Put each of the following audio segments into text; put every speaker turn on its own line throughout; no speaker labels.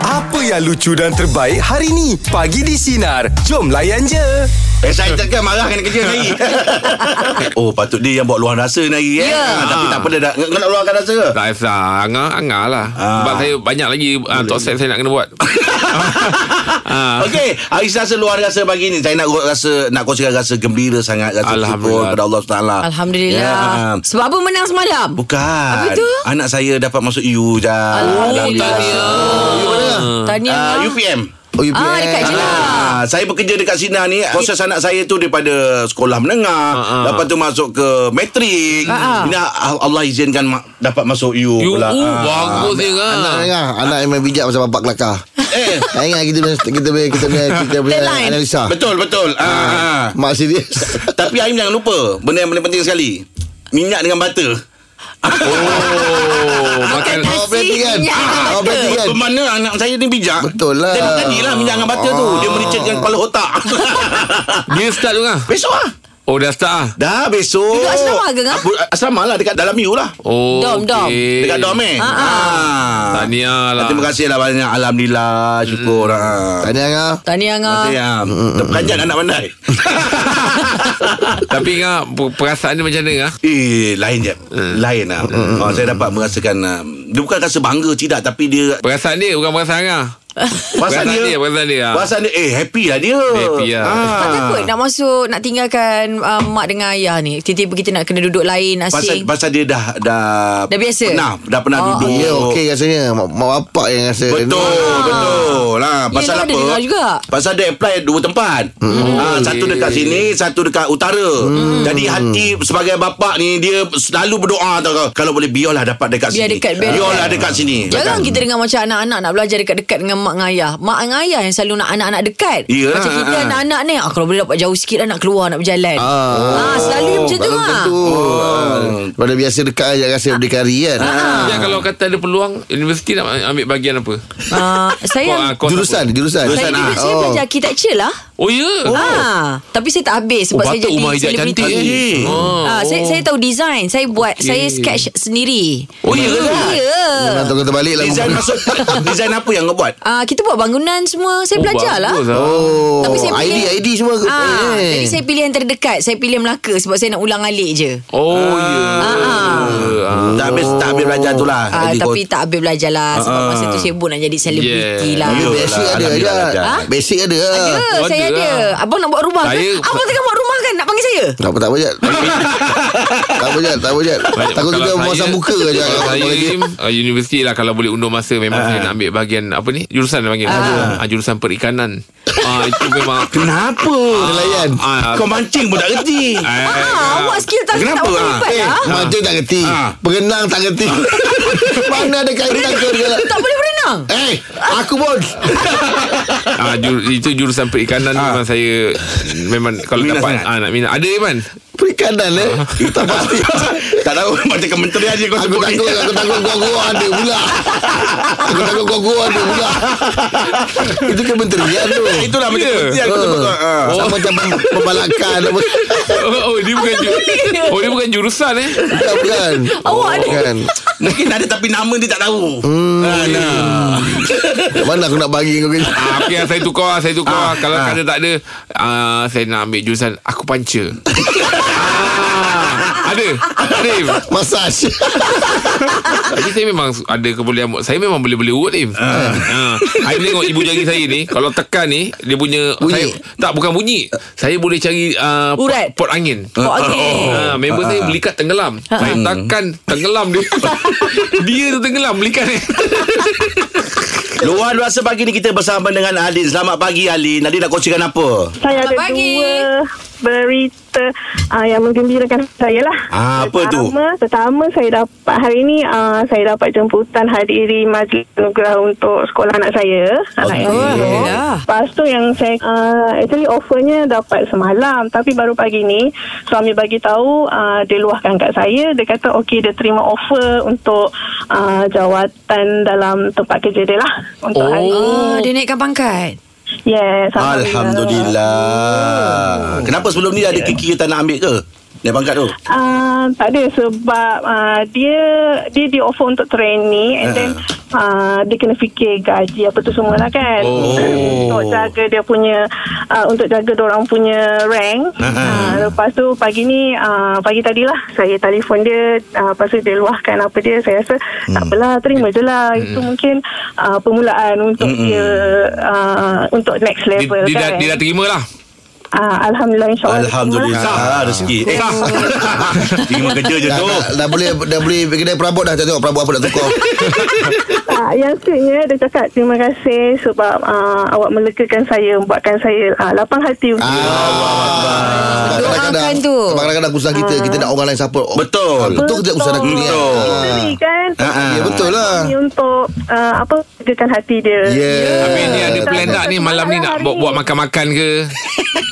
Apa yang lucu dan terbaik hari ni? Pagi di Sinar. Jom layan je.
Eh, saya takkan marah kena kerja sendiri. oh, patut dia yang buat luahan rasa ni hari eh.
Ya.
Ah, Tapi tak apa dia dah. Kau nak luahkan rasa ke?
Tak lah Angah Angah lah
Ah.
Sebab saya banyak lagi uh, Top set saya nak kena buat Ah.
Okey, hari Selasa luar rasa pagi ni. Saya nak rasa nak kongsikan rasa gembira sangat, rasa syukur
Alhamdulillah.
kepada Allah SWT.
Alhamdulillah.
Ya.
Sebab apa menang semalam?
Bukan.
Apa tu?
Anak saya dapat masuk EU je.
Tahniah.
Uh,
Uh,
UPM.
Oh, you
Ah, dekat je lah.
Ah, saya bekerja dekat Sina ni Proses anak saya tu Daripada sekolah menengah
ah.
Lepas tu masuk ke Matrik
Ah, ah.
Ini al- Allah izinkan ma- Dapat masuk U
You
pula
uh,
Ah.
Bagus dia kan
Anak dengar Anak memang bijak Pasal bapak kelakar
Eh
Tak ingat kita punya Kita punya Kita punya, kita punya
Deadline.
analisa
Betul betul ah. ah.
Mak serius
Tapi Aim jangan lupa Benda yang paling penting sekali Minyak dengan butter
Oh Makan
Nasi
Awak perhatikan
minyak dengan
Awak perhatikan
Bermana anak saya ni bijak
Betul lah.
Tengok tadi Ya, lah minyak dengan butter tu Dia mericatkan kepala otak
Dia start tu Angah
Besok lah
Oh dah start ah
Dah besok
Duduk asrama ke, Ngah?
Apa- Asrama lah dekat dalam U lah
Oh
Dom, dom.
okey.
Dekat dom eh
Ah, ah.
Ah.
Tahniah lah
Terima kasih lah banyak Alhamdulillah Syukur hmm.
Tahniah Angah
Tahniah Angah.
Saya Terperanjat anak pandai
Tapi Angah per- Perasaan dia macam mana Angah
Eh lain je Lain lah oh, Saya dapat merasakan ah, Dia bukan rasa bangga Tidak Tapi dia
Perasaan dia bukan perasaan Angah
Perasaan dia,
Perasaan dia Perasaan
Perasaan dia Eh happy lah dia
Happy lah.
Kau takut
Ah.
nak masuk Nak tinggalkan uh, Mak dengan ayah ni Tiba-tiba kita nak kena duduk lain
Pasal,
Asing
pasal dia dah Dah
Dah biasa?
Pernah Dah pernah
Oh,
duduk
Ya okey rasanya Mak mak bapak yang rasa
Betul Betul ha, Pasal apa
Yelah, Ah. dia dengar juga. Hmm.
Pasal dia apply dua tempat ha, Satu dekat sini Satu dekat utara Jadi hati sebagai bapak ni Dia selalu berdoa tau kau. Kalau boleh biarlah dapat dekat
Biar
sini
dekat, biar
Biarlah
dekat.
dekat sini
Jarang kita dengar macam anak-anak nak belajar dekat-dekat dengan mak dengan ayah. Mak dengan ayah yang selalu nak anak-anak dekat.
Yelah,
macam kita
ah.
anak-anak ni, ah, kalau boleh dapat jauh sikit lah nak keluar, nak berjalan. Ah, Ah. selalu macam tu lah.
Oh.
Betul Ah. Pada biasa dekat Yang rasa berdikari kan
Ah.
dia kalau kata ada peluang Universiti nak ambil bagian apa
Ah, saya...
Kau- ah, kau-
Jurusan
Saya,
Jurusan
Jurusan,
dulu,
ah.
saya
Oh.
belajar architecture lah
Oh ya yeah.
oh. ah, Tapi saya tak habis Sebab
Oh,
saya
patut
jadi
rumah Hijab
selebriti
cantik eh.
ah,
Ah,
saya, saya tahu design Saya buat
Okey.
Saya sketch sendiri
Oh, ya ke?
Ya
Memang tak kata balik lah
Design masuk Design apa yang kau buat
ah, Kita buat bangunan semua Saya belajar lah
Oh, bagus ah.
Oh
Tapi saya
ID
pilih-
ID semua ke
Ah,
Eh.
Jadi saya pilih yang terdekat Saya pilih Melaka Sebab saya nak ulang alik je
Oh ya yeah. ah.
Tak habis Tak habis belajar tu lah
Ah,
Jadi
tapi tak habis belajar lah Sebab
Ah.
masa tu sibuk nak jadi selebriti
Yeah.
lah
You-
Basic
Yolah,
ada
Alhamdulillah
Ajat.
ada.
Basic ada
Ya,
Oh,
saya
ada
ada
lah.
Abang nak buat rumah
Saya-
kan Abang tengah buat rumah kan Nak panggil saya
Tak apa tak apa Jat Tak apa Jat Tak apa Jat
Baik,
Takut
kalau
juga
saya-
Masa buka je
Kalau saya uh, Universiti lah Kalau boleh undur masa Memang saya nak ambil bahagian Apa ni Jurusan dia panggil ah. Jurusan perikanan ah, Itu memang
Kenapa
Nelayan
ah,
Kau mancing pun tak kerti
ah,
Ah, Awak skill tak
Eh. Kenapa,
tak
ah?
berlipat
Eh,
lah
mancing tak kerti
Ha.
Berenang tak kerti Mana ada kaitan kau dengan
Tak boleh berenang
Eh, aku pun
ah, jur, Itu jurusan perikanan Memang saya Memang Kalau
Minat
dapat
sangat.
ah, nak minat. Ada Iman
Perikanan eh Tak pasti
Tak tahu Macam kementerian je kau
Aku
sebut ni
takut Aku takut gua-gua ada pula Aku takut gua-gua ada pula Itu kementerian tu Ha.
Itulah macam
Ya.
kementerian Kau sebut ah.
Sama macam pem- pembalakan apa.
Oh, oh dia bukan ju- Oh dia bukan jurusan eh
Bukan bukan
Awak ada-
Bukan
Mungkin ada tapi nama dia tak tahu Ah, nah.
Mana aku nak bagi kau kerja
ah, Okay lah, saya tukar lah, Saya tukar ah, Kalau ah. kata tak ada ah, Saya nak ambil jurusan Aku panca ah, Ada Ada Im.
Massage
Tapi saya memang ada kebolehan Saya memang boleh beli urut Im uh.
Ah.
Saya tengok ibu jari saya ni Kalau tekan ni Dia punya
Bunyi.
saya, Tak bukan bunyi Saya boleh cari uh,
Urat.
pot, pot angin
Oh, Ah. okey.
Ha, member saya
Ah.
belikat tenggelam. Saya
Hmm.
tekan tenggelam dia. dia tu tenggelam belikat ni.
Luar luar pagi ni kita bersama dengan Alin Selamat pagi Alin Alin nak kongsikan apa?
Saya ada
Selamat pagi.
dua berita uh, yang menggembirakan saya lah.
Ah, apa tu?
pertama, Pertama, saya dapat hari ini uh, saya dapat jemputan hadiri majlis anugerah untuk sekolah anak saya. Anak
Okey.
yang
Alhamdulillah.
Lepas tu yang saya uh, actually offernya dapat semalam tapi baru pagi ni suami bagi tahu uh, dia luahkan kat saya dia kata okey dia terima offer untuk uh, jawatan dalam tempat kerja dia lah untuk
Oh.
hari ini.
Oh, dia naikkan pangkat
Yes,
Alhamdulillah Kenapa sebelum ni ada kiki tak nak ambil ke? Dia pangkat tu
Oh, Ah, Uh, tak ada sebab uh, dia dia di offer untuk training and
Ah.
then uh, dia kena fikir gaji apa tu semua lah kan
Oh.
untuk jaga dia punya uh, untuk jaga orang punya rank uh, lepas tu pagi ni uh, pagi tadilah saya telefon dia uh, lepas tu dia luahkan apa dia saya rasa tak apalah terima je lah itu mungkin uh, permulaan untuk dia uh, untuk next
Dia,
level
dia,
kan
dah, dia dah terima lah
Ah, Alhamdulillah insyaAllah
Alhamdulillah Sah rezeki Eh sah Terima kerja je
Dah,
tu
dah, dah boleh Dah boleh Kedai perabot dah Tak tengok perabot apa nak tukar
Ah, yang seterusnya dia cakap terima kasih sebab ah, awak melegakan saya buatkan saya ah, lapang hati untuk
Ah, sebab kadang-kadang-
Doakan tu.
Sebab kadang-kadang Usah kita
Ah.
Kita nak orang lain support Oh,
Betul.
ah, Betul kita usah nak
Betul.
kuliah
kita ni kan
Ah, ah.
Ya betul lah Ya.
ni untuk ah, apa melegakan hati dia
Yeah.
Tapi ni ada plan tak ni Malam ni nak
Ah. Hari
buat,
ni.
buat makan-makan ke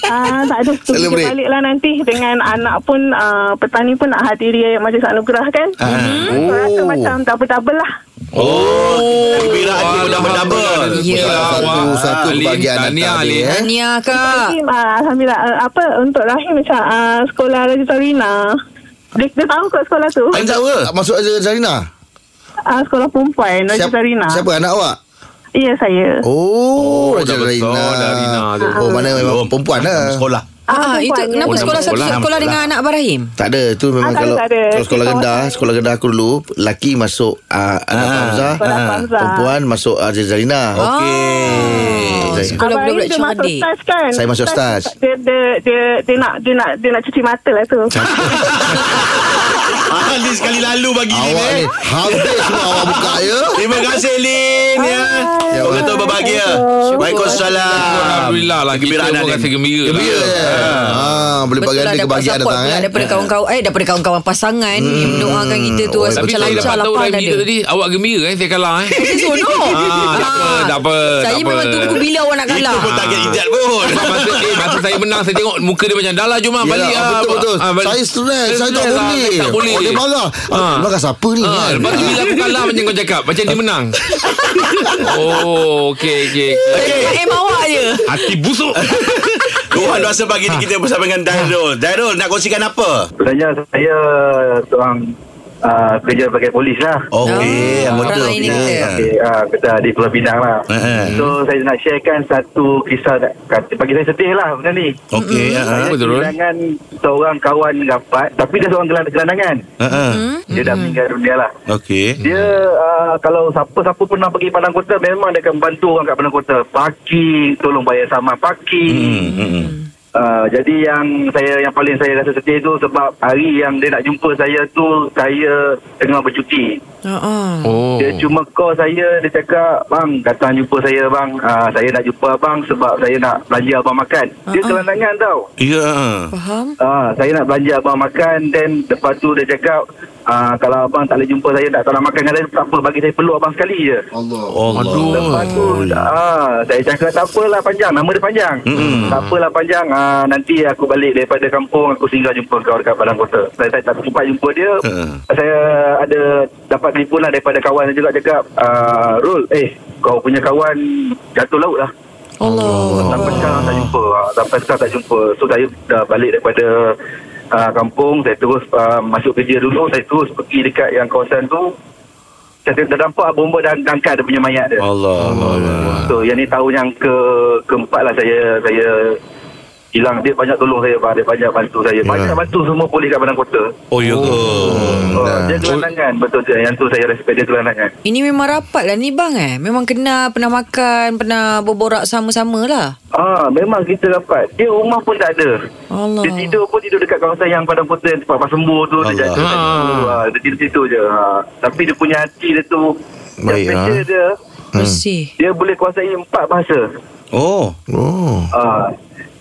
Ah, tak ada tu kita
Celebrate.
balik lah nanti dengan anak pun ah, petani pun nak hadiri majlis anugerah kan uh-huh. so rasa
Ah. Oh.
macam double-double lah
Oh Kebiraan dia
Alhamdulillah.
berdabel
Ya.
Satu Satu
Alin,
kebahagiaan
tahniah,
datang ni,
Alin.
eh.
Nia kak
Rahim, ah, Alhamdulillah ah, apa untuk Rahim macam ah, sekolah Raja Sarina dia, dia tahu kot sekolah tu
Ah,
Ain tahu ke?
Tak Masuk aja Zarina
Ah, sekolah perempuan Raja
Siapa-
Sarina
Siapa anak awak
Ya saya.
Oh,
Oh, Raja
dah
Zarina.
besar dah Rina tu.
Ah.
Oh, mana memang perempuan lah.
Sekolah
Ah, itu
perempuan.
kenapa
Oh, nama
sekolah satu
sekolah,
sekolah,
nama
dengan anak Barahim?
Tak ada tu memang
Ah, tak
kalau,
ada, tak ada.
kalau sekolah
Kita
rendah,
orang-
sekolah rendah aku dulu laki masuk uh, anak
Ah,
Hamzah,
sekolah Hamzah.
perempuan masuk uh, Zarina.
Oh,
Okey.
sekolah
Abang
budak-budak
Rahim dia masuk
cerdik.
staj kan?
Saya masuk staj.
Dia, dia, dia, dia, nak, dia, nak, dia nak cuci mata lah tu.
Ah, Lin sekali lalu bagi Lin
Awak
eh.
ni hampir semua awak buka ya.
Terima kasih Lin ya.
Ya,
Semoga
Allah.
tu berbahagia. Waalaikumsalam.
Alhamdulillah lah Kita
Kegembiraan
pun
Anin.
rasa gembira
Gembira.
lah
Ah, boleh
Betul
bagi
lah
ada
dapat support
kebahagiaan datang
pula
eh.
daripada
Hmm.
kawan-kawan eh daripada kawan-kawan pasangan yang mendoakan kita tu rasa
Oh, Tapi
macam
saya
lancar
dapat tahu
lapang
Rahim
dada.
kita tadi Awak gembira eh Saya kalah eh
Seronok.
Ah, tak apa, tak apa,
Saya
tak apa.
memang tunggu bila awak nak
Itu
kalah.
pun target ijat pun.
Ah. Masa, eh, masa saya menang Saya tengok muka dia macam Dah lah jom lah
Yelah,
balik
ah,
lah
betul betul.
Ah, balik.
saya stres, saya tak
Stres lah,
boleh.
saya tak boleh
Oh, dia marah.
Ah.
Ah, marah siapa ni?
Ah,
kan?
lepas tu bila aku kalah macam kau cakap Macam dia menang Oh Okay, okay.
M awak je.
Hati busuk
Tuhan rasa pagi ni kita bersama dengan Dairul. Dairul nak kongsikan apa?
Sebenarnya saya seorang uh, kerja sebagai polis lah.
Okey, Ya.
Ah,
anggota.
orang lain
okey.
kita.
Okey, ah, kita di Pulau Pinang lah.
Eh, eh.
So saya nak sharekan satu kisah dak- kata- bagi saya sedih lah benda ni.
Okey. ya,
Saya
Apa tu, Rul?
kehilangan seorang kawan rapat tapi dia seorang gelan- gelandangan.
Ha ha.
Dia dah meninggal dunia lah.
Okey.
Dia uh, kalau siapa-siapa pernah pergi Padang Kota memang dia akan bantu orang kat Padang Kota. Parking, tolong bayar sama parking.
Hmm, hmm, hmm.
Uh, jadi yang saya yang paling saya rasa sedih tu sebab hari yang dia nak jumpa saya tu saya tengah bercuti.
Ha ah.
Oh
Dia cuma call saya Dia cakap Bang datang jumpa saya bang uh, Saya nak jumpa abang Sebab saya nak belanja abang makan Dia
Ah, ah.
gelandangan tau
Ya.
Faham?
uh, Saya nak belanja abang makan Then lepas tu dia cakap uh, Kalau abang tak boleh jumpa saya Tak, tak nak makan dengan saya Tak apa bagi saya peluk abang sekali je
Allah.
Allah.
Lepas tu uh, Saya cakap tak apalah panjang Nama dia panjang
Mm-mm.
Tak apalah panjang uh, Nanti aku balik daripada kampung Aku singgah jumpa kau dekat Padang Kota Saya, saya tak sempat jumpa dia
Ha.
saya ada dapat telefon lah daripada kawan saya juga cakap uh, Rul eh kau punya kawan jatuh laut lah
Allah.
sampai
Oh.
sekarang tak jumpa Ah, sampai sekarang tak jumpa so saya dah balik daripada uh, kampung saya terus uh, masuk kerja dulu saya terus pergi dekat yang kawasan tu saya dah nampak bomba dah dah angkat dia punya mayat dia
Allah. Allah.
so yang ni tahun yang ke keempat lah saya saya hilang dia banyak tolong saya Pak. dia banyak bantu saya banyak bantu semua polis kat Padang Kota
Ya. Oh ya ke?
Oh, dia gelandangan betul dia yang tu saya respect dia gelandangan
Ini memang rapat lah ni bang eh. Memang kenal, pernah makan, pernah berborak sama-sama lah.
ah memang kita dapat dia rumah pun tak ada
Allah.
dia tidur pun tidur dekat kawasan yang padang kota yang tempat pasembu tu
Allah.
dia jadi ah. dia tidur situ je ah. tapi dia punya hati dia tu
Baik,
yang
ah.
special dia
Hmm.
Bersih.
dia boleh kuasai empat bahasa
Oh.
Oh.
ah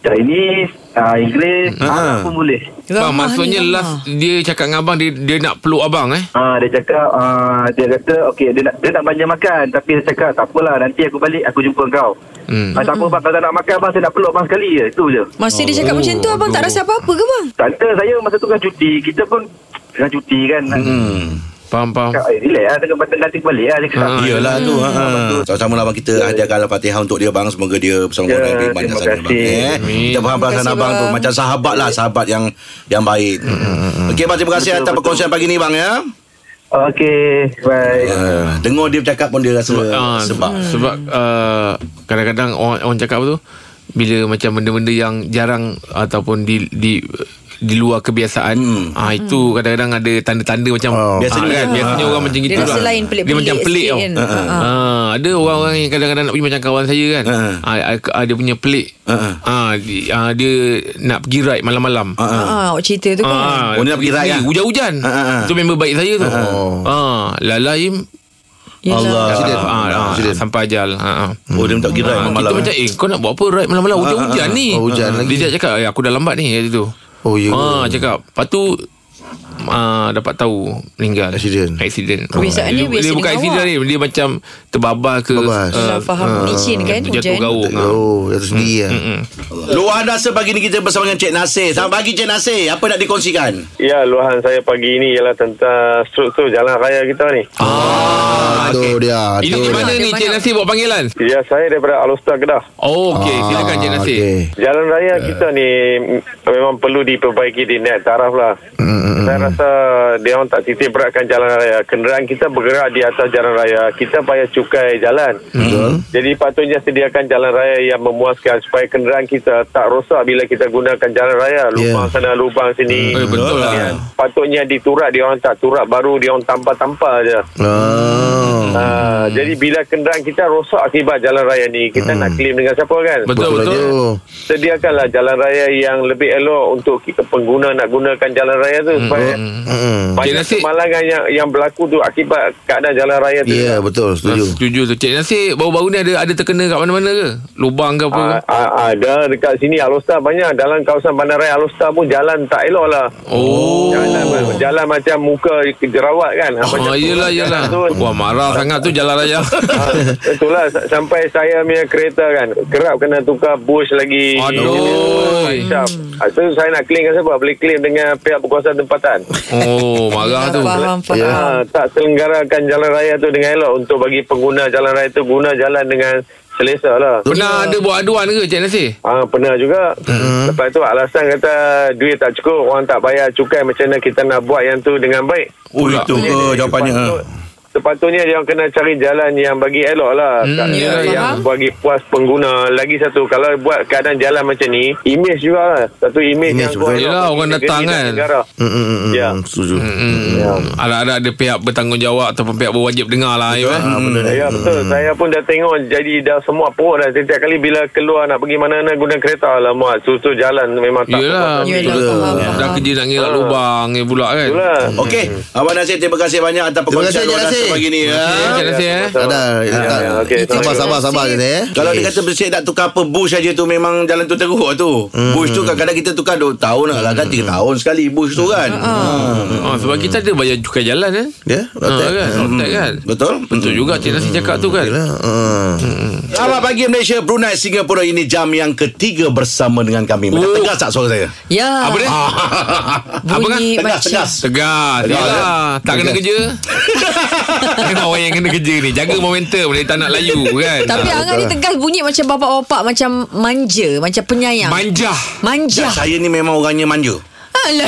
Chinese ah, Inggeris
Ah.
Arab pun boleh
Bang,
Ramah
maksudnya
ni,
last
ramah.
dia cakap dengan abang dia, dia nak peluk abang eh
Ah, dia cakap ah, dia kata okey dia nak dia nak belanja makan tapi dia cakap tak apalah nanti aku balik aku jumpa kau.
Hmm.
Ah, tak apa bang kalau tak nak makan bang saya nak peluk bang sekali je itu je.
Masa dia
Oh,
cakap macam tu abang tak rasa apa-apa ke bang?
Tak ada saya masa tu kan cuti Kita pun Tengah cuti kan hmm.
Hmm.
Faham, faham
Cakap eh relax lah Tengah patah nanti balik lah Dia kata
Ah,
Iyalah tu ha. Sama-sama lah abang kita hadiahkan Al-Fatihah untuk dia bang. Semoga dia bersama
Ya,
keluarga yang banyak
terima
sana bang.
kasih.
Eh. Kita faham perasaan
kasih,
abang tu
bang.
macam sahabat lah, sahabat yang yang baik. Okey bang terima kasih atas perkongsian pagi ni bang ya.
Okey, bye.
Uh, dengar dia bercakap pun dia rasa
Ah,
sebab hmm.
sebab uh, kadang-kadang orang orang cakap apa tu bila macam benda-benda yang jarang ataupun di di di luar kebiasaan hmm. ah itu kadang-kadang ada tanda-tanda macam
Oh.
oh.
Biasanya.
biasanya kan biasanya
Ah.
orang macam
Dia
gitu
rasa
lah.
lain pelik-pelik
dia macam pelik
sikit
tau
kan.
Ah.
Ah, ah.
Ah, ada orang-orang yang kadang-kadang nak pergi macam kawan saya kan.
Ah,
Ah, ah, dia punya pelik.
Ah,
Ah, di- ah, dia nak pergi ride malam-malam. Ah,
Ah, ah.
Ah, awak cerita tu kan.
Oh, dia nak pergi ride lah.
Hujan-hujan
Ah, ah, ah.
Itu member baik saya tu
Oh.
ah, Lala Im
Yelah.
Allah.
Accident.
ah, ah,
Accident. Hmm.
Sampai ajal ah, ah.
Oh dia tak kira
Ah,
malam malam.
kita macam eh kau nak buat apa ride malam-malam hujan-hujan ni.
Oh, hujan
Ah,
lagi.
Dia cakap eh, aku dah lambat ni kata tu.
Oh, ya.
Ah cakap. Lepas tu ah, dapat tahu meninggal
Accident. Oh.
accident
Kebiasaannya
dia,
biasa
dia bukan
dengan
accident
awak.
ni dia macam terbabas ke eh,
Terbabas.
Ah.
Yelah, faham. Licin kan
jatuh
hujan.
gaung ah. mm,
Oh, jatuh sendiri lah.
Luar dasa pagi ni kita bersama dengan Cik Nasir. Selamat pagi Cik Nasir. Apa nak dikongsikan?
Ya, luahan saya pagi ini ialah tentang struktur jalan raya kita ni.
Ah, tu dia.
ini
tu
di Eh, mana
dia.
ni Cik
Banyak.
Nasir buat panggilan
Ya, saya daripada Alustar Kedah.
oh okey
Ah,
silakan Cik Nasir
okey.
Jalan raya
Ya.
kita ni mm, memang perlu diperbaiki di net taraf lah. Saya rasa dia orang tak titik beratkan jalan raya. Kenderaan kita bergerak di atas jalan raya. Kita bayar cukai jalan. Jadi patutnya sediakan jalan raya yang memuaskan supaya kenderaan kita tak rosak bila kita gunakan jalan raya. Lubang
Ya.
sana, lubang sini.
Eh, betul lah
Patutnya diturak, dia orang tak turak. Baru dia orang tampar-tampar je.
Ah.
Hmm.
Ah, jadi bila kenderaan kita rosak akibat jalan raya ni, kita nak claim dengan siapa kan?
Hmm. betul
Betul
betul
tu.
Sediakanlah jalan raya yang lebih elok untuk kita pengguna nak gunakan jalan raya tu supaya
Cik Hmm.
Mm.
banyak
Nasib.
kemalangan yang yang berlaku tu akibat keadaan jalan raya tu.
Ya, yeah, betul.
Setuju.
Setuju.
Setuju tu Cik Nasir baru-baru ni ada ada terkena kat mana-mana ke? Lubang ke apa? ke?
Ah, ah, ada dekat sini Alostar banyak dalam kawasan bandaraya Alostar pun jalan tak elok lah
Oh.
jalan, jalan macam muka jerawat kan Ah, macam
Oh,
tu
yelah,
lah
yelah.
jalan tu.
Wah, marah sangat tu jalan raya.
Ah, Itulah sa- sampai saya punya kereta kan kerap kena tukar bush lagi.
Aduh.
Hisap. Ah, tu saya nak claim kan siapa? Boleh claim dengan pihak berkuasa tempatan.
Oh, marah tu.
Faham,
Ya.
faham.
Ah, tak selenggarakan jalan raya tu dengan elok untuk bagi pengguna jalan raya tu guna jalan dengan selesa lah.
Pernah ada buat aduan ke Cik Nasir?
Ah, pernah juga. Lepas tu alasan kata duit tak cukup, orang tak bayar cukai macam mana kita nak buat yang tu dengan baik.
Oh itu ke jawapannya.
Sepatut-
ha.
Sepatutnya dia orang kena cari jalan yang bagi elok lah hmm,
ya,
Yang bagi puas pengguna Lagi satu Kalau buat keadaan jalan macam ni Image juga lah Satu image,
Image,
yang buat
betul. Yelah,
bagi
orang
negeri
datang
dan
kan.
negara.
Mm, mm, mm, mm.
Ya.
Setuju.
Ya.
Hmm. Ada ada pihak bertanggungjawab ataupun pihak berwajib dengar lah Aim, eh.
Ya betul Saya pun dah tengok Jadi dah semua perut dah Setiap kali bila keluar Nak pergi mana-mana Guna kereta Alamak Susu jalan Memang tak
Yelah.
Yelah, faham, faham.
Dah kerja nak
Ah.
ngelak lubang ni pula kan.
Itulah
Okey, Abang Nasir terima kasih banyak atas perkongsian
kasih, Cik
luar dasa
Nasir.
pagi ni. ya.
Eh, Cik Nasir eh.
Tak ada.
Ya,
tak.
ya, okey,
sabar,
terima
sabar, sabar je ni eh.
Kalau dia kata Cik nak tukar apa Bush aja tu Memang jalan tu teruk tu
Hmm.
Bush tu kadang-kadang kita tukar 2 tahun lah kan 3 tahun sekali Bush tu kan
Ah, sebab kita ada bayar cukai jalan eh.
Ya,
Ah,
rotek.
kan?
Hmm.
Rotek kan.
Ha, Betul? Hmm.
Betul juga Cik Nasir cakap tu kan.
Yalah, ah.
Selamat pagi Malaysia Brunei Singapura Ini jam yang ketiga Bersama dengan kami Macam
Oh.
tegas tak suara saya
Ya.
Apa dia?
Ah.
kan?
Bunyi
Tegas,
macam.
tegas
Tegas
eh?
Yelah Tak kena kerja Memang orang yang kena kerja ni Jaga momentum Dia tak nak layu kan
Tapi Angah ni tegas bunyi macam bapak-bapak Macam manja Macam penyayang
Manjah
Manja
Saya ni memang orangnya manja
Alah.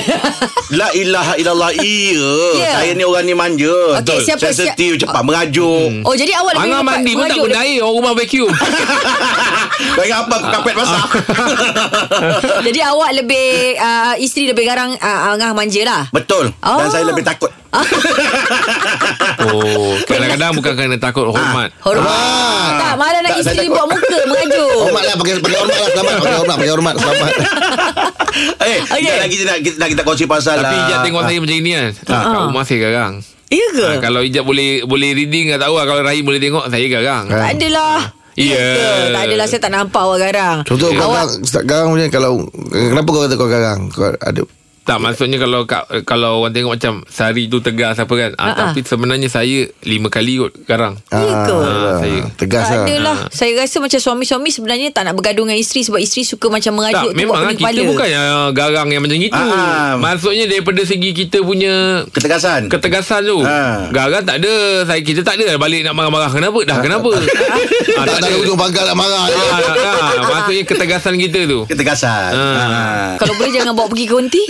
La ilaha illallah Iya
Ya.
Saya ni orang ni manja
Okey, siapa-
Sensitif Cepat merajuk
Oh jadi awak lebih
Angah
dapat
mandi pun tak
merajuk
guna air Orang rumah vacuum
Bagi apa aku kapet basah
Jadi awak lebih uh, Isteri lebih garang uh, Angah manja lah
Betul Dan
Oh.
saya lebih takut
Oh Kadang-kadang bukan kerana takut Hormat
Hormat
Ah.
Tak malah
Tak,
nak
saya
isteri
takut.
buat muka Merajuk
Hormat lah pakai pakai hormat lah selamat pakai hormat pakai hormat selamat.
Eh
Okey.
okay. lagi kita nak, kita, nak kita kongsi pasal
Tapi
ah,
Ijat tengok
ah,
saya macam ni kan ah, Kat rumah saya garang
Iya ke?
Ah, Kalau Ijat boleh boleh reading tak tahu lah Kalau Rahim boleh tengok Saya garang
Tak adalah
Ya.
Ke? Tak adalah saya tak nampak awak garang
Contoh kau
Awak
garang start garang macam ni, kalau kenapa kau kata kau garang? Kau ada
Tak maksudnya kalau kat- kalau orang tengok macam Sari tu tegas apa kan ah,
Ah, ah.
Tapi sebenarnya saya Lima kali kot garang
ke?
ah,
saya.
tegas
tak
lah.
adalah Saya rasa macam suami-suami Sebenarnya tak nak bergaduh dengan isteri Sebab isteri suka macam merajuk
Tak,
tu buat
memang lah
pening
kita
kepala.
bukan yang garang yang macam gitu.
Ah, ah.
Maksudnya daripada segi kita punya
Ketegasan
ketegasan tu.
Ah.
Garang tak ada. Saya kita tak ada balik nak marah-marah kenapa? Dah kenapa? ah,
Tak tak ada ujung pangkal nak marah. ya. je.
Ah, ah, maksudnya ketegasan kita tu.
Ketegasan
Ah.
ah.
Kalau boleh jangan bawa pergi ke konti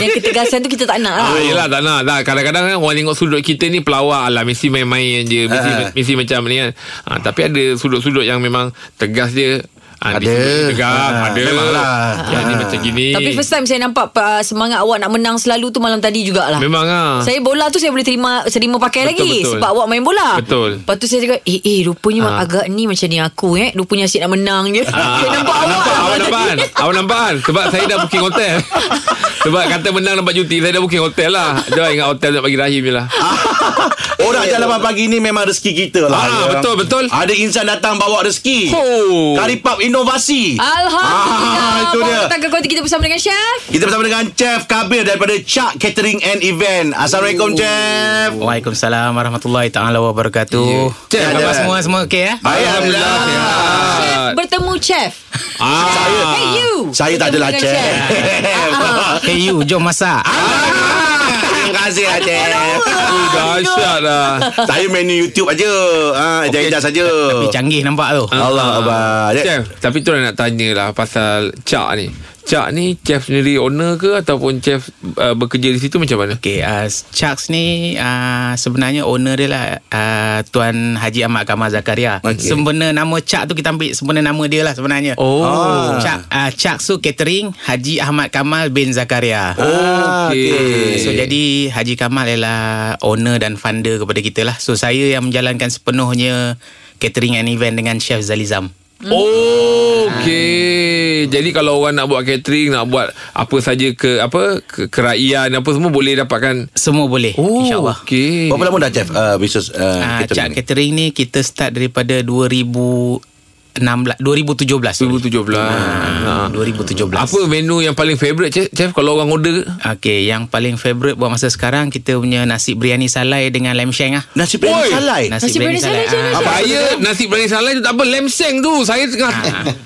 Yang ketegasan tu kita tak nak lah
Ah, yelah tak nak tak. Kadang-kadang kan orang tengok sudut kita ni pelawak lah Mesti main-main je Mesti,
Ah.
mesti macam ni kan ah, Tapi ada sudut-sudut yang memang tegas dia ah, di
Ada.
sini tegas
Ah,
Ada
memanglah.
Yang ni
Ah.
macam gini
Tapi first time saya nampak uh, Semangat awak nak menang selalu tu Malam tadi jugalah
Memang lah
Saya bola tu saya boleh terima terima
Betul,
pakai lagi
betul.
sebab awak main bola.
Betul.
Lepas tu saya cakap, "Eh eh rupanya
Ah.
ha. agak ni macam ni aku eh. Rupanya asyik nak menang je." saya nampak awak.
Nampak, Ah, awak
tadi.
nampak kan? Awak nampak kan? Sebab saya dah booking hotel. Sebab kata menang dapat cuti, saya dah booking hotel lah. Jangan ingat hotel nak bagi rahim je lah.
Orang jalan pagi ni memang rezeki kita lah.
Ah,
ya.
betul, betul.
Ada insan datang bawa rezeki.
Oh.
Karipap inovasi.
Ah.
Alhamdulillah.
Ah, itu dia.
Datang ke kota kita bersama dengan chef.
Kita bersama dengan Chef Kabir daripada Chak Catering and Event. Assalamualaikum, Chef.
Waalaikumsalam warahmatullahi taala wabarakatuh.
Cik,
Apa
Oh. ada.
semua semua okey ya? Ah.
Alhamdulillah.
Chef bertemu chef.
Ah, saya,
Hey you.
saya tak adalah
Bertemu
Chef. Ah.
dengan
Hey you, jom masak.
Terima kasih, Chef.
Oh, dahsyat lah.
Saya main YouTube aja. Ah, okay. Edah saja.
Tapi canggih Eh, nampak tu.
Allah Abah.
Ah, Chef, tapi tu nak tanya lah pasal Cak ni. Cak ni chef sendiri owner ke ataupun chef uh, bekerja di situ macam mana?
Okey, uh, Chucks ni uh, sebenarnya owner dia lah uh, Tuan Haji Ahmad Kamal Zakaria.
Okey.
Sempena nama Chuck tu kita ambil sempena nama dia lah sebenarnya.
Oh.
Ah. Chuck, uh, Chucks tu catering Haji Ahmad Kamal bin Zakaria.
Ah, Okey.
Eh, So jadi Haji Kamal ialah owner dan funder kepada kita lah. So saya yang menjalankan sepenuhnya catering and event dengan Chef Zalizam.
Hmm. Oh, Okey. Jadi kalau orang nak buat catering, nak buat apa saja ke apa ke, keraian apa semua boleh dapatkan.
Semua boleh
Oh,
InsyaAllah
Okey.
Berapa lama dah Chef uh, bisnes uh,
Ah,
catering?
Cak catering ni kita start daripada 2016 2017 sorry.
2017.
Ah,
Ha.
2017
Apa menu yang paling favourite chef, chef kalau orang order?
Okey, yang paling favorite buat masa sekarang kita punya nasi biryani salai dengan lamb shank ah.
Nasi pelan salai.
Nasi biryani salai macam mana,
ah.
Chef?
Saya Ah, nasi berani salai tu tak apa lem seng tu. Saya tengah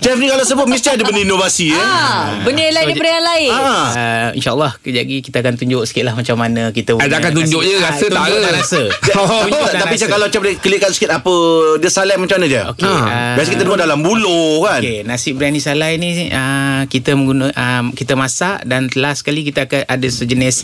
Chef ni kalau sebut mesti ada benda inovasi eh.
Ah, benda yang lain daripada yang lain.
Ha.
Ah.
Uh, InsyaAllah Kejap lagi kita akan tunjuk sikit lah Macam mana kita
Ah,
punya
dah akan
nasi-
tunjuk je,
Ah,
rasa tak
tunjuk
ke?
dan rasa
Oh,
Tunjuk dan
tapi
rasa.
Chef kalau Chef boleh clearkan sikit apa dia salai macam mana je?
Okey, ah.
Biasa kita dengar dalam buluh kan.
Okey, nasi biryani salai ni uh, kita mengguna uh, kita masak dan last kali kita akan ada sejenis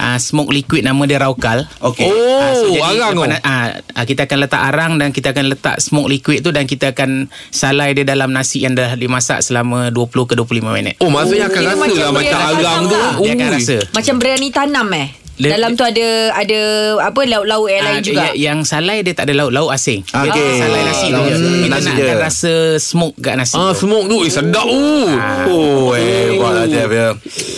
uh, smoke liquid nama dia raukal.
Okey.
Ah,
Oh,
jadi
arang
lepas
tu.
na- ah, ah, kita akan letak arang dan kita akan letak smoke liquid tu dan kita akan salai dia dalam nasi yang dah dimasak selama 20 ke 25 minit.
Oh maksudnya akan
Kira
rasa
macam
lah
boleh
macam
rasa
arang tu.
lah.
Dia akan
Ui.
rasa.
Macam biryani tanam eh.
Le-
Dalam tu ada ada apa lauk-lauk yang lain
Ah,
juga.
ya- Yang salai dia tak ada lauk, lauk asing. Dia
Okey.
Salai nasi tu.
Lauk
je.
asing.
Kita
Hmm, Nasi
nak
dia.
akan rasa smoke kat nasi.
Ah
tu.
smoke tu eh, sedap oh.
Oh, hebat lah Chef ya.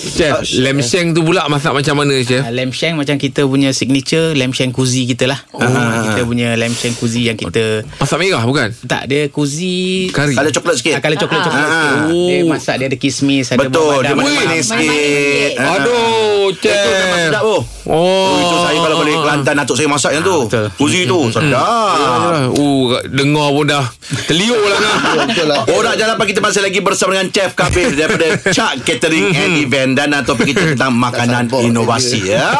Chef, lem seng tu pula masak macam mana chef?
Ah,
Uh, lamb shank macam kita punya signature lamb shank kuzi kita lah. Oh. kita punya lamb shank kuzi yang kita
Masak merah bukan?
tak dia kuzi
Kari.
Ada coklat sikit.
Ah, kalau coklat coklat.
Ah.
sikit.
Oh.
Dia masak dia ada kismis, ada
Betul, dia
bermadam.
manis sikit. Ah.
Aduh,
Itu memang
chef.
sedap oh.
Oh,
Oh, itu saya kalau balik Kelantan Datuk saya masak yang tu.
Ah, betul. Hmm,
Kuzi tu sedap.
Ah, uh, dengar pun dah terliur lah kan.
Betul lah
Orang Oh, jalan pagi kita masih lagi bersama dengan Chef Kabir daripada Chak Catering
Hmm.
and Event dan ah, topik kita tentang makanan
sambung
inovasi ya.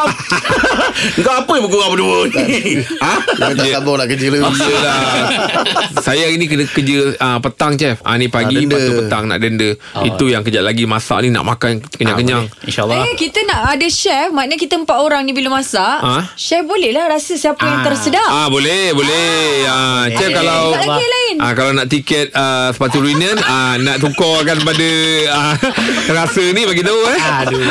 Kau apa yang bergurau berdua ni? ha?
Dia Oh, tak sabar nak kerja lagi
Yelah. Saya hari ni kena kerja uh, petang chef. Ah ni pagi
Ah, denda.
lepas tu petang nak denda. Oh. Itu yang kejap lagi masak ni nak makan kenyang-kenyang.
InsyaAllah.
Eh kita nak ada chef Maknanya kita empat orang ni Bila masak
Ah.
Chef boleh lah Rasa siapa yang
Ah.
tersedap
Ah boleh boleh. Ah, chef
Eh,
kalau
tak lagi yang lain.
Ah kalau nak tiket ah, sepatu reunion ah nak tukarkan pada ah, rasa ni bagi tahu eh.
Aduh.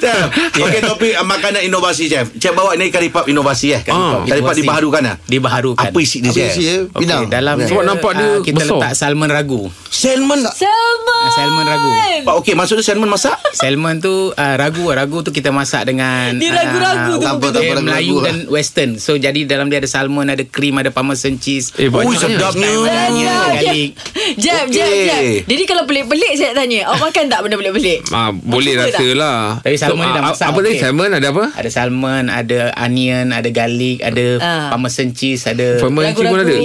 Chef,
Ya.
okey topik ah, makanan inovasi Chef. Chef bawa ni karipap inovasi eh. Karipap,
Ah.
karipap
Inovasi.
dibaharukan ah.
Dibaharukan.
Apa isi dia
Apa
Chef?
isi ya
Okey,
Pinang
dalam
Sebab nampak dia
ah, kita
besar.
letak salmon ragu.
Salmon.
Salmon
Ah, Salmon ragu.
Pak okey, maksudnya salmon masak?
Salmon tu ah, ragu, ragu tu kita masak dengan
Dia
ah,
ragu-ragu tu.
Tanpa- tanpa
Dia
ragu-ragu
Melayu
kan.
lah.
dan western. So jadi dalam dia ada salmon, ada cream, ada parmesan cheese.
Ui,
Eh, banyak
sedapnya.
Banyak
Sedap,
kali.
Jeb Jeb
Okey.
Jeb Jeb Jadi kalau pelik-pelik Saya nak tanya Awak makan tak benda pelik-pelik
Ah boleh
Cuba
rasa
tak?
lah.
Tapi salmon ni dah
ah,
masak,
Apa tadi
okey.
salmon ada apa?
Ada salmon, ada onion, ada garlic, ada
Ah.
parmesan cheese, ada
Famous Ah,
Ragu-ragu.
cikgu ada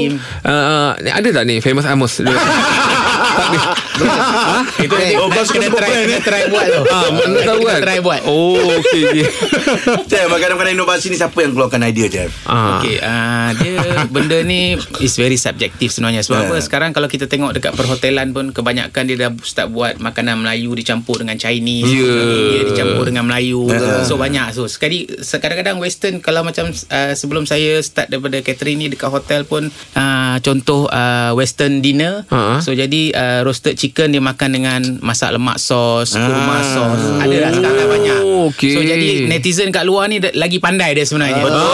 uh, Ada tak ni Famous Amos Tak ada.
Ha?
Itu nanti
Oh, kau suka
kita
sebut
try,
brand,
kita
eh?
try buat tu.
Ah, mana tahu
Kita
kan?
try buat.
Oh, okey okey.
Jam, makanan-makanan inovasi ni siapa yang keluarkan idea, Jam?
Ah.
Okey, uh, dia benda ni is very subjective sebenarnya. Sebab
Yeah.
yeah. apa? Sekarang kalau kita tengok dekat perhotelan pun kebanyakan dia dah start buat makanan Melayu dicampur dengan Chinese,
Yeah.
India dicampur dengan Melayu. So banyak. So sekali kadang-kadang western kalau macam uh, sebelum saya start daripada catering ni dekat hotel pun uh, contoh uh, western dinner.
Ha.
So jadi uh, roasted chicken dia makan dengan masak lemak sos, kurma sos. Ada dah sekarang banyak.
okey.
So jadi netizen kat luar ni dah- lagi pandai dia sebenarnya. Betul.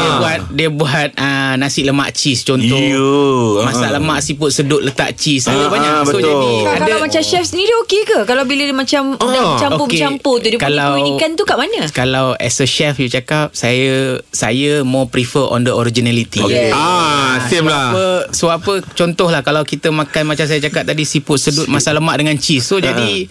dia buat dia buat uh, nasi lemak cheese contoh.
Yo.
Masak lemak siput sedut letak cheese. Ada
Ah,
banyak.
ah,
so
betul.
jadi
Kak,
ada
kalau macam chef sendiri okey ke? Kalau bila dia macam
Ah,
oh, campur-campur tu, dia
Kalau-
punya keunikan tu kat mana?
Kalau as a chef you cakap saya saya more prefer on the originality.
Okey.
Ah, same lah.
Apa so apa contohlah kalau kita makan macam saya cakap tadi siput sedut masak lemak dengan cheese. So jadi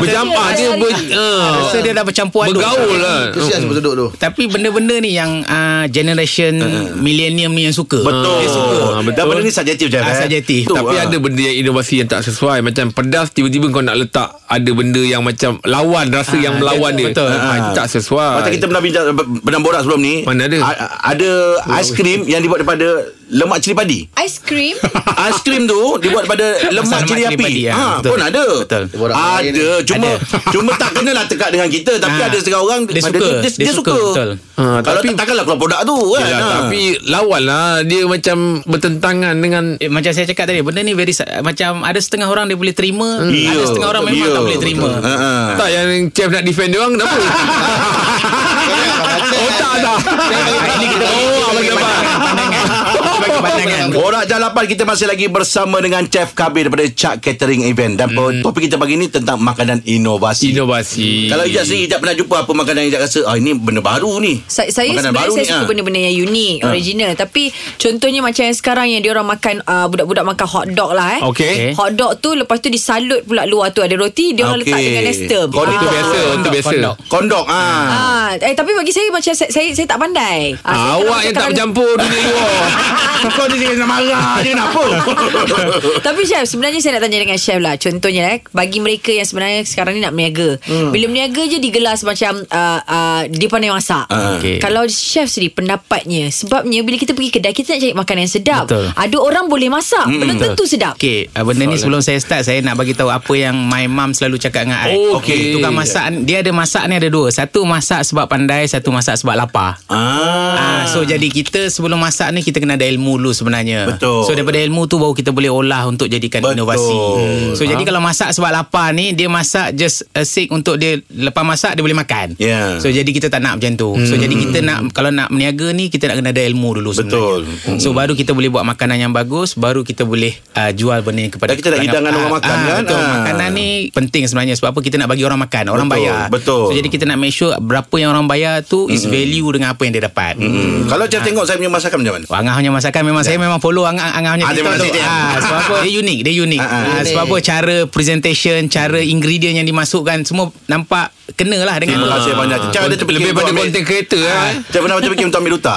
Bercampur
Rasa
Ah, dia
dia
ber,
rasa-
ah,
rasa dia dah bercampur aduk.
bergaul lah.
Kesian sebab duduk tu
Tapi benda-benda ni yang uh, generation millennium ni yang suka.
Ha, Betul.
Dia suka.
Ah, betul.
Dan benda ni subjektif, Jam.
Ah,
eh?
subjektif.
Tu,
Tapi
ah.
lah.
ada benda yang inovasi yang tak sesuai Macam pedas tiba-tiba kau nak letak Ada benda yang macam lawan Rasa
Ah,
yang melawan dia
betul.
Ah, Itu tak sesuai
Macam kita pernah bincang Pernah borak sebelum ni
Mana ada?
A- Ada aiskrim Yang dibuat daripada Lemak cili padi
Aiskrim?
Aiskrim tu Dibuat daripada Lemak
lemak
cili
cili padi,
api
ya.
ha,
Betul.
Pun ada
Betul.
Borak orang lain
Ada Cuma Cuma tak kenalah tekat dengan kita Tapi
Ah.
ada setengah orang
Dia
pada
suka.
tu, Dia, dia, suka
betul.
Ah,
Kalau
tapi-
tak takkanlah keluar produk tu kan
lah.
Yelah,
Ah.
Tapi lawan lah Dia macam bertentangan dengan
Eh, macam saya cakap tadi benda ni very sa- macam ada setengah orang dia boleh terima
Ya,
ada setengah orang memang
ya,
tak boleh terima
betul. Ah, ah.
Tak yang chef nak defend dia orang Kenapa Oh tak tak
ini kita bagi, oh, kita bagi pandangan, pandangan. Kita bagi pandangan
Borak Jalapan kita masih lagi bersama dengan Chef Kabir daripada Chak Catering Event dan hmm. topik kita pagi ni tentang makanan inovasi.
Inovasi
Kalau Ijaz sendiri Ijaz pernah jumpa Apa makanan Ijaz rasa ah, Ini benda baru ni
Saya, saya
Makanan
sebenarnya
baru
saya
ni,
suka
ah.
benda-benda yang unik, original. Tapi contohnya macam yang sekarang yang diorang makan, uh, budak-budak makan hot dog lah eh.
Okey.
Okey.
Hot dog tu lepas tu disalut pula luar tu ada roti, diorang
Okey.
okay. letak dengan Ah. nestem.
Kau ni
Itu biasa Itu
Kondok,
biasa
kondok.
Kondok ah.
Ah, eh tapi bagi saya macam saya saya, saya tak pandai. Ah, saya kalau
Awak yang tak
sekarang-
bercampur dunia luar
Ah.
Kau ni jangan marah Dia nak apa
Tapi chef Sebenarnya saya nak tanya dengan chef lah Contohnya eh Bagi mereka yang sebenarnya Sekarang ni nak berniaga hmm. Bila berniaga je digelas macam uh, uh, Dia pandai masak
Ah.
Okey.
Kalau chef sendiri Pendapatnya Sebabnya bila kita pergi kedai Kita nak cari makanan yang sedap
Betul.
Ada orang boleh masak hmm. Belum tentu sedap
Okey, uh, benda ni sebelum saya start saya nak bagi tahu apa yang my mum selalu cakap dengan I.
Oh, Okey.
tukang masak dia ada masak ni ada dua. Satu masak sebab pandai, satu masak sebab lapar.
ah.
Ah, so jadi kita sebelum masak ni kita kena ada ilmu dulu sebenarnya.
Betul.
So daripada ilmu tu baru kita boleh olah untuk jadikan
Betul.
inovasi.
Hmm.
So jadi kalau masak sebab lapar ni dia masak just a sake untuk dia lepas masak dia boleh makan.
Yeah.
So jadi kita tak nak macam tu. So
Hmm.
jadi kita nak kalau nak berniaga ni kita nak kena ada ilmu dulu
Betul.
sebenarnya. So baru kita boleh buat makanan yang bagus, baru kita boleh uh, jual benda ni kepada
Dan kita nak hidangkan orang makan, kan?
Betul.
Ah.
Makanan ni penting sebenarnya sebab apa kita nak bagi orang makan, orang
Betul,
bayar.
betul.
So jadi kita nak make sure berapa yang orang bayar tu is value dengan apa yang dia dapat.
hmm. Kalau Ijaz tengok Saya punya masakan macam mana
Oh, Angah punya masakan memang saya memang follow Angah Angah punya
Ah, terima
TikTok
kasih,
tu.
Tim.
Ah, sebab apa dia unik, dia unik. Hmm.
Ah, ah.
Ah, sebab apa cara presentation, cara ingredient yang dimasukkan semua nampak kena lah dengan
Terima
tu.
kasih banyak
Ah,
Macam ada terfikir
Lebih
untuk
pada
ambil-
konten kereta
kan?
lah
Macam pernah macam fikir Untuk ambil duta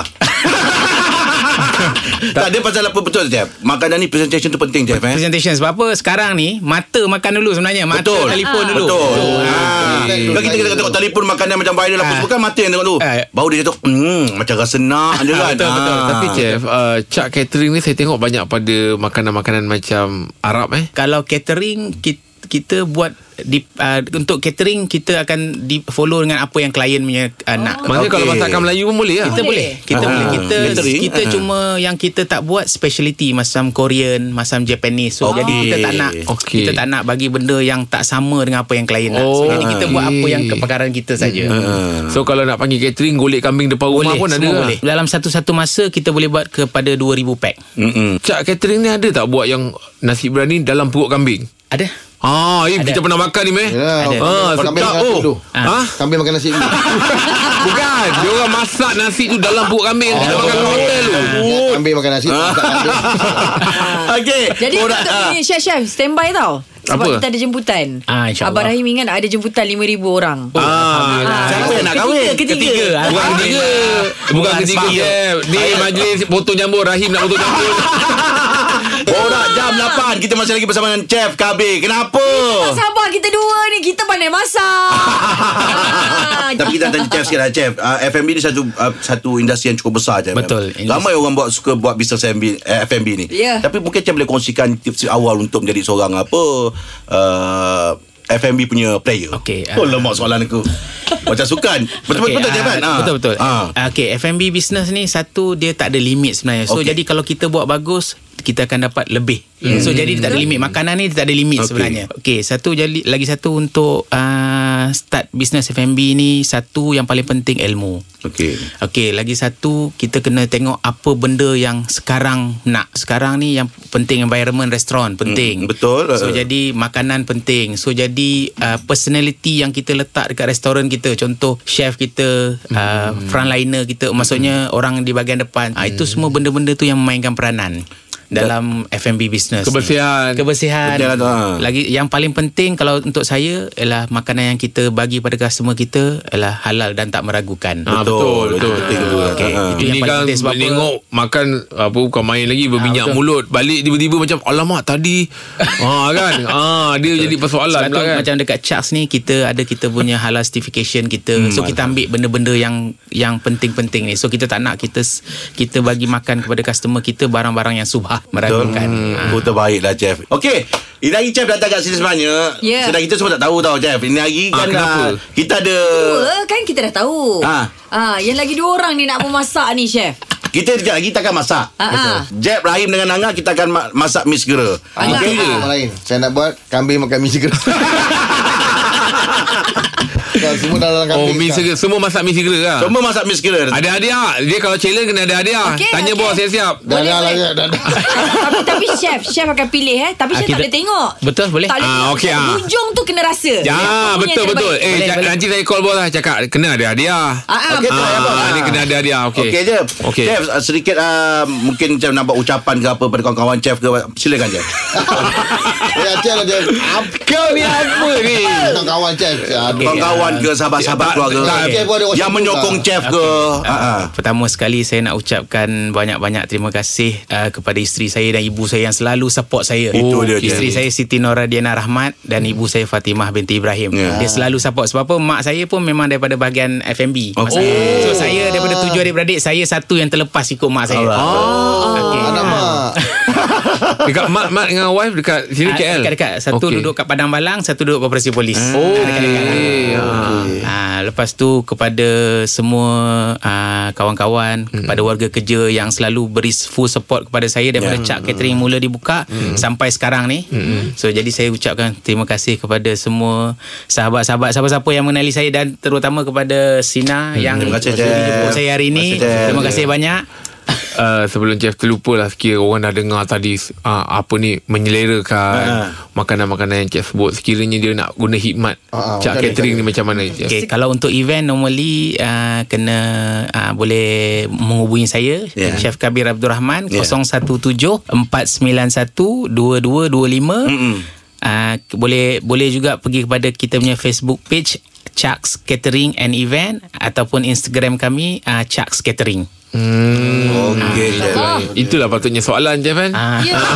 tak, dia pasal apa betul Jeff Makanan ni presentation tu penting Jeff eh?
Presentation sebab apa sekarang ni mata makan dulu sebenarnya, mata
Betul
telefon dulu.
Betul ha.
Betul.
Kalau kita kena tengok telefon Makanan macam viral Apa
Ah.
semua kan Mata yang tengok dulu
Eh.
Ah.
Baru dia cakap hmm, Macam rasa nak Dia kan
Betul, betul.
Ah.
Tapi chef uh, Chak catering ni Saya tengok banyak pada Makanan-makanan macam Arab eh
Kalau catering kita kita buat di, uh, untuk catering kita akan di follow dengan apa yang klien punya uh, nak
Maksudnya
Okey.
kalau masakan Melayu pun boleh lah
Kita boleh.
Ah,
Kita boleh. Kita
catering.
kita
Ah.
cuma yang kita tak buat speciality macam Korean, macam Japanese. So
Okey.
jadi kita tak nak
Okey.
kita tak nak bagi benda yang tak sama dengan apa yang klien nak. So
Oh,
jadi kita buat apa yang
okey.
kepakaran kita saja.
So kalau nak panggil catering Golek kambing depan Mm, rumah
Boleh,
pun ada
semua
lah.
boleh. Dalam satu-satu masa kita boleh buat kepada 2000 pack.
Mm-mm.
Cak catering ni ada tak buat yang nasi berani dalam perut kambing?
Ada?
Ah, eh,
Ada.
kita pernah makan ni meh.
Ya,
Ada.
ah,
Ah, sedap
kambing makan
oh.
nasi dulu.
Ha? Ah. Oh.
Kambing makan nasi dulu.
Bukan, dia orang masak nasi tu dalam perut kambing yang kita
Oh.
makan kat hotel tu.
Kambing makan nasi. tak ada.
Ah.
Okey.
Ah. Jadi
Borak,
untuk
ah.
ni Chef Chef standby tau Sebab
Apa?
kita ada jemputan
Ah, insyaAllah.
Abang Rahim ingat ada jemputan 5,000 orang
Ah, siapa yang nak kahwin?
Ketiga, ketiga.
Tiga.
Bukan
Ah,
ketiga Bukan
Bukan
ketiga
sebab-
Jeff Ni majlis potong jambut Rahim nak potong jambut
Borak jam 8 Wan Kita masih lagi bersama dengan Chef KB Kenapa?
Tak Ah, sabar kita dua ni Kita pandai masak Ah,
Tapi kita tanya Chef sikit lah Chef uh, F&B ni satu uh, satu industri yang cukup besar Chef
Betul.
Ramai orang buat suka buat bisnes F&B, eh, F&B ni
Ya.
Tapi mungkin Chef boleh kongsikan tips awal Untuk menjadi seorang apa uh, F&B punya player
Okey,
Oh
ah.
lemak soalan aku Macam sukan Betul-betul okay,
Okey,
Chef
ah,
kan? Ah.
Betul betul.
Ah.
Ah. Okey, F&B business ni satu dia tak ada limit sebenarnya. Eh, So
Okey.
jadi kalau kita buat bagus kita akan dapat lebih. So jadi dia tak ada limit. Makanan ni dia tak ada
Okey.
limit okay. sebenarnya. Okey, satu jadi lagi satu untuk uh, start business F&B ni satu yang paling penting ilmu.
Okey
Okey, lagi satu kita kena tengok apa benda yang sekarang nak. Sekarang ni yang penting environment restoran penting.
Mm, betul.
Uh.
So jadi makanan penting. So jadi uh, personality yang kita letak dekat restoran kita. Contoh chef kita,
Hmm.
uh, frontliner kita, maksudnya orang di bahagian depan. Ah
Hmm.
itu semua benda-benda tu yang memainkan peranan dalam F&B business. ni.
Kebersihan. ah.
Kebersihan.
Betul lah tu, ha.
Lagi yang paling penting kalau untuk saya ialah makanan yang kita bagi pada customer kita ialah halal dan tak meragukan.
Ah, betul, betul.
Penting tu
Okey.
Ah.
Itu yang
Ini
paling
kan
penting sebab apa? Ah,
tengok makan apa bukan main lagi berminyak
betul.
mulut. Balik tiba-tiba macam alamak tadi. ha kan. Ah dia jadi persoalan
Sebab tu
pula kan.
macam dekat Chucks ni kita ada kita punya halal certification kita. Hmm, so kita ambil benda-benda yang yang penting-penting ni. So kita tak nak kita s- kita bagi makan kepada customer kita barang-barang yang subah
Betul.
meragukan.
Hmm.
Ah.
Betul baiklah Jeff. Okey, ini hari Jeff datang kat sini sebenarnya.
Ya.
Sedang kita semua tak tahu tau Jeff. Ini hari
Ah,
kan
kenapa?
ah, kita ada
Dua kan kita dah tahu
Ha.
Ah.
Ah, Yang lagi dua orang ni nak memasak ni chef
kita sekejap lagi kita akan masak.
Ah, ah.
Jeff Rahim dengan Angah kita akan ma- masak mi segera.
Ah,
Itu
itu je.
je Orang lain Saya nak buat Kambing makan mi segera Dah, Semua dah dalam
Oh,
kambing
mi segera.
sekarang.
Semua masak mi segera lah.
Semua masak mi segera.
Ada hadiah. Dia kalau challenge kena ada hadiah.
Okey,
Tanya
okey.
bos siap-siap.
Dah
Boleh,
dah lah
boleh.
ya, Dah dah
tapi, tapi chef Chef akan pilih eh Tapi
Ha,
Ah,
chef tak
kita-
boleh tengok
Betul, boleh.
Tak boleh
Ah,
tengok.
okey, ah.
Hujung tu kena rasa
Ya,
Apa
betul
punya yang
betul.
terbaik.
Eh,
Boleh,
cak-
boleh.
nanti saya call bos lah cakap kena ada hadiah.
Ah, ah,
Okey, tak payah buat.
Ah, ni kena ada hadiah. Okey.
Okey okay, Jeff.
Okey.
Jeff ah, sedikit uh, mungkin Jeff nampak ucapan ke apa pada kawan-kawan Jeff ke silakan Jeff.
Ya Chan lah Chan
Kau ni apa ni?
Tentang kawan Chan Aduh
Kawan-kawan ke sahabat-sahabat
Ya, Tak,
keluarga.
tak,
Jeff pun ada
Yang
WhatsApp
menyokong
juga.
Jeff ke. Ah, ah.
Pertama sekali saya nak ucapkan banyak-banyak terima kasih uh, kepada isteri saya dan ibu saya yang selalu support saya. Oh,
Itu dia,
Isteri
Jen.
saya Siti Nora Diana Rahmat dan ibu saya Fatimah binti Ibrahim.
Ya.
Dia selalu support sebab apa mak saya pun memang daripada bahagian F&B. Mak
Oh. Okey.
saya. So saya daripada tujuh adik-beradik saya satu yang terlepas ikut mak saya.
Alright.
Oh. Okay.
Eh. Ah.
Alamak
Dekat mak mak dengan wife dekat sini
Ah,
KL.
Dekat-dekat. Satu
Okey.
okay. duduk kat Padang Balang, satu duduk Koperasi Polis.
Hmm.
Oh.
Ah, dekat-dekat.
okey. Ah.
Ah, lepas tu kepada semua ah,
Hmm.
kawan-kawan, kepada warga kerja yang selalu beri full support kepada saya daripada yeah. Cak Catering mula dibuka
Hmm.
sampai sekarang ni. So jadi saya ucapkan terima kasih kepada semua sahabat-sahabat siapa-siapa yang mengenali saya dan terutama kepada Sina yang
Hmm. Terima kasih,
sudi
Jeff.
jemput saya hari ini.
Terima kasih, Jeff.
Terima kasih banyak.
Uh, sebelum Jeff terlupa lah Sekira orang dah dengar tadi uh, Apa ni Menyelerakan
Ha.
Makanan-makanan yang Jeff sebut Sekiranya dia nak guna hikmat
Ha, ha,
Cak
macam
catering
mana,
ni macam mana Jeff
Okay, kalau untuk event normally uh, kena uh, boleh menghubungi saya
Ya.
yeah. Chef Kabir Abdul Rahman
Ya.
yeah. 017 491 2225.
Mm-mm.
Uh, boleh boleh juga pergi kepada kita punya Facebook page Chucks Catering and Event ataupun Instagram kami uh, Chucks Catering. Hmm.
Okey Jeff.
Ah.
Itulah patutnya soalan Jeff kan
Ah.
Ya.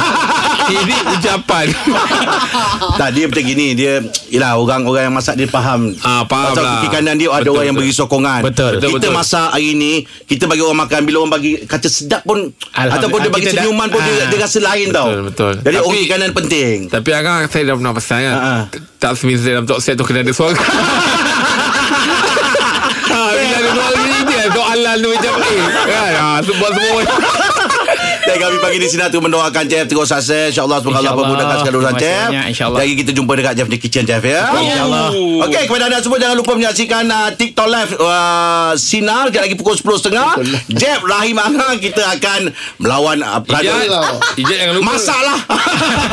Ini ucapan
Tak dia macam gini Dia Yelah orang-orang yang masak Dia faham
Ah, faham
Pasal
lah.
kiri kanan dia Ada
Betul,
orang yang
betul.
beri sokongan
Betul.
Kita
Betul, betul.
masak hari ni Kita bagi orang makan Bila orang bagi Kata sedap pun
Alhamdulillah.
Ataupun dia bagi
Kita dah-
senyuman pun dia,
ah.
dia rasa lain
Betul,
tau
betul.
Jadi
Tapi-
orang kiri kanan penting
Tapi Angah saya dah pernah pesan kan
Ha, ha.
T- Tak semisal dalam talk set tu Kena ada suara ha, Bila ada suara ni Dia soalan tu macam Eh kan ha, Sebab semua orang
Dan kami pagi di sini tu mendoakan Jeff terus sukses. InsyaAllah semoga Allah
InsyaAllah.
memudahkan segala urusan
Terima kasih
Jeff.
banyak, insyaAllah.
Lagi kita jumpa dekat Jeff di kitchen Jeff ya.
InsyaAllah.
Okey kepada anda semua jangan lupa menyaksikan uh, TikTok live uh, sinar Sekejap lagi pukul 10.30. Jeff Rahim Angah kita akan melawan uh,
Ijat
peraduan
Ijat jangan lupa
Masak lah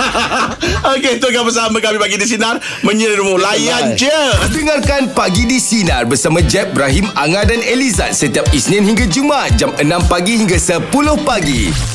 Okey itu akan bersama kami pagi di sinar Menyerumu layan je
Dengarkan Pagi di Sinar bersama Jeb, Ibrahim, Anga dan Elizad setiap Isnin hingga Jumaat jam 6 pagi hingga 10 pagi.